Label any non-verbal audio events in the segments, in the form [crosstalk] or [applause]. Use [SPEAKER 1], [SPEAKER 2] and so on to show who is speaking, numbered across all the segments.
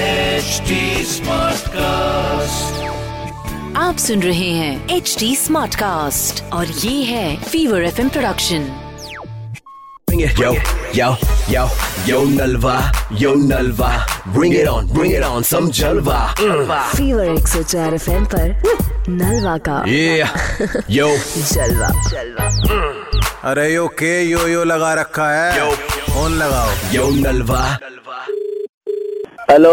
[SPEAKER 1] HD Smartcast.
[SPEAKER 2] आप सुन रहे हैं एच डी स्मार्ट कास्ट और ये है fever F production
[SPEAKER 3] Bring it. Yo, yo, yo, yo Nalva, yo Nalva. Bring it on, bring it on, some Jalva. Mm.
[SPEAKER 2] Fever एक सौ चार एफ एम नलवा का
[SPEAKER 3] [laughs] Yeah, yo,
[SPEAKER 2] जलवा जलवा
[SPEAKER 4] अरे यो के यो यो लगा रखा है
[SPEAKER 3] Yo.
[SPEAKER 4] फोन लगाओ
[SPEAKER 3] yo Nalva.
[SPEAKER 5] हेलो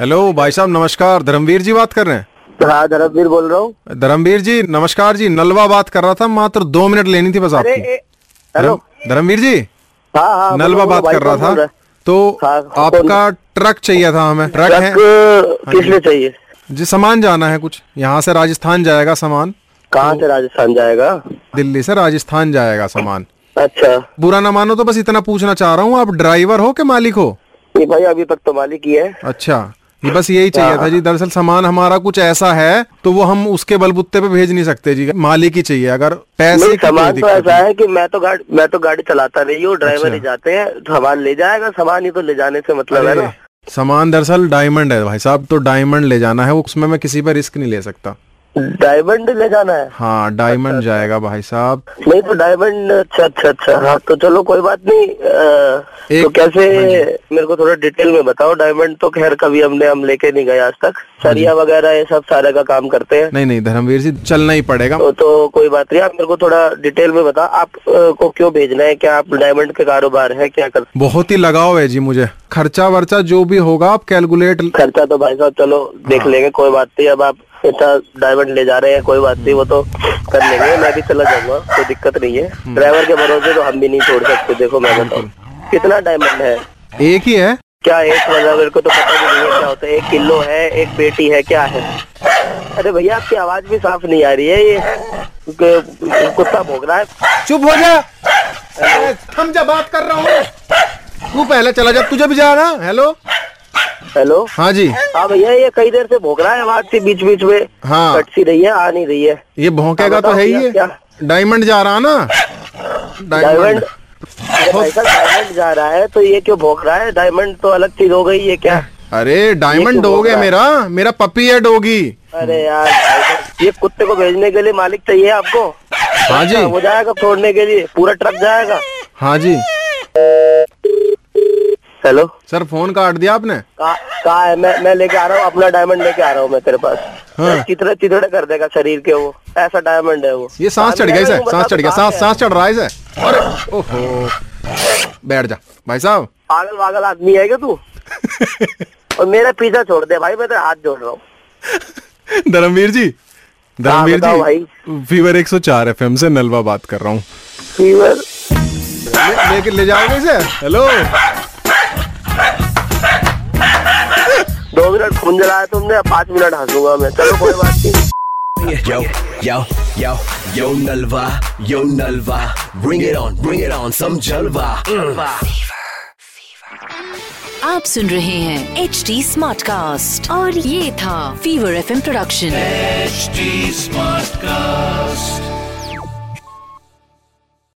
[SPEAKER 4] हेलो भाई साहब नमस्कार धर्मवीर जी बात कर रहे हैं
[SPEAKER 5] हाँ धर्मवीर बोल रहा हूँ
[SPEAKER 4] धर्मवीर जी नमस्कार जी नलवा बात कर रहा था मात्र दो मिनट लेनी थी बस
[SPEAKER 5] अरे
[SPEAKER 4] आपकी
[SPEAKER 5] ए, हेलो
[SPEAKER 4] धर्म- धर्मवीर जी
[SPEAKER 5] हाँ हाँ बोलो,
[SPEAKER 4] नलवा
[SPEAKER 5] बोलो,
[SPEAKER 4] बात
[SPEAKER 5] भाई
[SPEAKER 4] कर रहा
[SPEAKER 5] कौन बोल
[SPEAKER 4] था तो
[SPEAKER 5] हाँ,
[SPEAKER 4] आपका ट्रक चाहिए था हमें ट्रक
[SPEAKER 5] है?
[SPEAKER 4] है
[SPEAKER 5] ट्रक
[SPEAKER 4] हाँ
[SPEAKER 5] किस लिए चाहिए
[SPEAKER 4] जी सामान जाना है कुछ यहाँ से राजस्थान जाएगा सामान
[SPEAKER 5] कहाँ से राजस्थान जाएगा
[SPEAKER 4] दिल्ली से राजस्थान जाएगा सामान
[SPEAKER 5] अच्छा
[SPEAKER 4] बुरा ना मानो तो बस इतना पूछना चाह रहा हूँ आप ड्राइवर हो के मालिक हो
[SPEAKER 5] ये भाई अभी तक तो मालिक ही है
[SPEAKER 4] अच्छा ये बस यही चाहिए था जी दरअसल सामान हमारा कुछ ऐसा है तो वो हम उसके बलबुत्ते पे भेज नहीं सकते जी मालिक ही चाहिए अगर पैसे
[SPEAKER 5] नहीं
[SPEAKER 4] की कोई
[SPEAKER 5] सामान तो
[SPEAKER 4] दिक्कत अच्छा।
[SPEAKER 5] ऐसा
[SPEAKER 4] नहीं।
[SPEAKER 5] है कि मैं तो गाड़ी मैं तो गाड़ी चलाता नहीं हूँ ड्राइवर ही जाते हैं सामान ले जाएगा सामान ही तो ले जाने से मतलब है ना
[SPEAKER 4] अरे, सामान दरअसल डायमंड है भाई साहब तो डायमंड ले जाना है उसमें मैं किसी पर रिस्क नहीं ले सकता
[SPEAKER 5] डायमंड ले जाना है
[SPEAKER 4] हाँ
[SPEAKER 5] अच्छा,
[SPEAKER 4] डायमंड जाएगा भाई साहब
[SPEAKER 5] नहीं तो डायमंड अच्छा अच्छा अच्छा हाँ तो चलो कोई बात नहीं अ, तो
[SPEAKER 4] एक- हाँ
[SPEAKER 5] कैसे मेरे को थोड़ा डिटेल में बताओ डायमंड तो खैर कभी हमने हम लेके नहीं गए आज तक सरिया वगैरह ये सब सारे का काम करते हैं
[SPEAKER 4] हाँ नहीं नहीं धर्मवीर जी चलना ही पड़ेगा
[SPEAKER 5] तो, तो कोई बात नहीं आप मेरे को थोड़ा डिटेल में बताओ आप अ, को क्यों भेजना है क्या आप डायमंड के कारोबार है क्या कर
[SPEAKER 4] बहुत ही लगाव है जी मुझे खर्चा वर्चा जो भी होगा आप कैलकुलेट
[SPEAKER 5] खर्चा तो भाई साहब चलो देख
[SPEAKER 4] हाँ।
[SPEAKER 5] लेंगे कोई बात नहीं अब आप इतना डायमंड ले जा रहे हैं कोई बात नहीं वो तो कर लेंगे मैं भी चला जाऊंगा कोई दिक्कत नहीं है
[SPEAKER 4] हम्म।
[SPEAKER 5] ड्राइवर के भरोसे तो हम भी नहीं छोड़ सकते देखो मैं
[SPEAKER 4] हाँ,
[SPEAKER 5] बताऊँ कितना डायमंड है
[SPEAKER 4] एक ही है
[SPEAKER 5] क्या एक मतलब मेरे को तो पता भी नहीं है क्या होता है एक किलो है एक पेटी है क्या है अरे भैया आपकी आवाज भी साफ नहीं आ रही है ये क- कुत्ता भोग रहा है
[SPEAKER 4] चुप हो जा ए, थम जा बात कर रहा हूँ तू पहले चला जा तुझे भी जाना हेलो
[SPEAKER 5] हेलो
[SPEAKER 4] हाँ जी
[SPEAKER 5] हाँ भैया ये कई देर से भोग रहा है आवाज से बीच बीच में
[SPEAKER 4] हाँ।
[SPEAKER 5] कट सी रही है आ नहीं रही है
[SPEAKER 4] ये भौंकेगा
[SPEAKER 5] हाँ,
[SPEAKER 4] तो
[SPEAKER 5] बताओ
[SPEAKER 4] है ही
[SPEAKER 5] भैया,
[SPEAKER 4] ये
[SPEAKER 5] क्या?
[SPEAKER 4] डायमंड जा रहा ना
[SPEAKER 5] डायमंड
[SPEAKER 4] डायमंड
[SPEAKER 5] अरे भाई साहब डायमंड जा रहा है तो ये क्यों भोग रहा है डायमंड तो अलग चीज हो गई है क्या
[SPEAKER 4] अरे डायमंड
[SPEAKER 5] क्यों
[SPEAKER 4] डोग है
[SPEAKER 5] भौंक
[SPEAKER 4] मेरा मेरा पपी है डोगी
[SPEAKER 5] अरे यार भाई साहब, ये कुत्ते को भेजने के लिए मालिक चाहिए आपको
[SPEAKER 4] हाँ जी
[SPEAKER 5] अच्छा, वो जाएगा छोड़ने के लिए पूरा ट्रक जाएगा
[SPEAKER 4] हाँ जी
[SPEAKER 5] हेलो
[SPEAKER 4] सर फोन काट दिया आपने
[SPEAKER 5] कहाँ कहाँ है मैं मैं लेके आ रहा हूँ अपना डायमंड लेके आ रहा हूँ मैं तेरे पास
[SPEAKER 4] हाँ।
[SPEAKER 5] चितड़े चितड़े कर देगा शरीर के वो ऐसा डायमंड है वो
[SPEAKER 4] ये सांस चढ़ गया इसे
[SPEAKER 5] डायमंड को
[SPEAKER 4] सांस
[SPEAKER 5] हाँ, बता
[SPEAKER 4] चढ़ गया
[SPEAKER 5] तो
[SPEAKER 4] सांस
[SPEAKER 5] कहाँ
[SPEAKER 4] सांस चढ़ रहा है इसे अरे ओहो बैठ जा भाई साहब
[SPEAKER 5] है? पागल वागल आदमी है क्या
[SPEAKER 4] [laughs]
[SPEAKER 5] तू और मेरा पीछा छोड़ दे भाई मैं तेरा हाथ जोड़ रहा हूँ
[SPEAKER 4] धर्मवीर जी धर्मवीर
[SPEAKER 5] हाँ, बताओ भाई।
[SPEAKER 4] जी फीवर 104 एफएम से नलवा बात कर रहा हूँ
[SPEAKER 5] फीवर
[SPEAKER 4] ले- लेके ले जाओगे इसे हेलो
[SPEAKER 5] दो मिनट खून जलाया तुमने पाँच मिनट हंसूंगा मैं चलो कोई बात नहीं
[SPEAKER 3] Yo, yo, yo, yo Nalva, yo Nalva. Bring it on, bring it on, some Jalva. Mm.
[SPEAKER 2] आप सुन रहे हैं एच डी स्मार्ट कास्ट और ये था fever F production
[SPEAKER 1] HD Smartcast.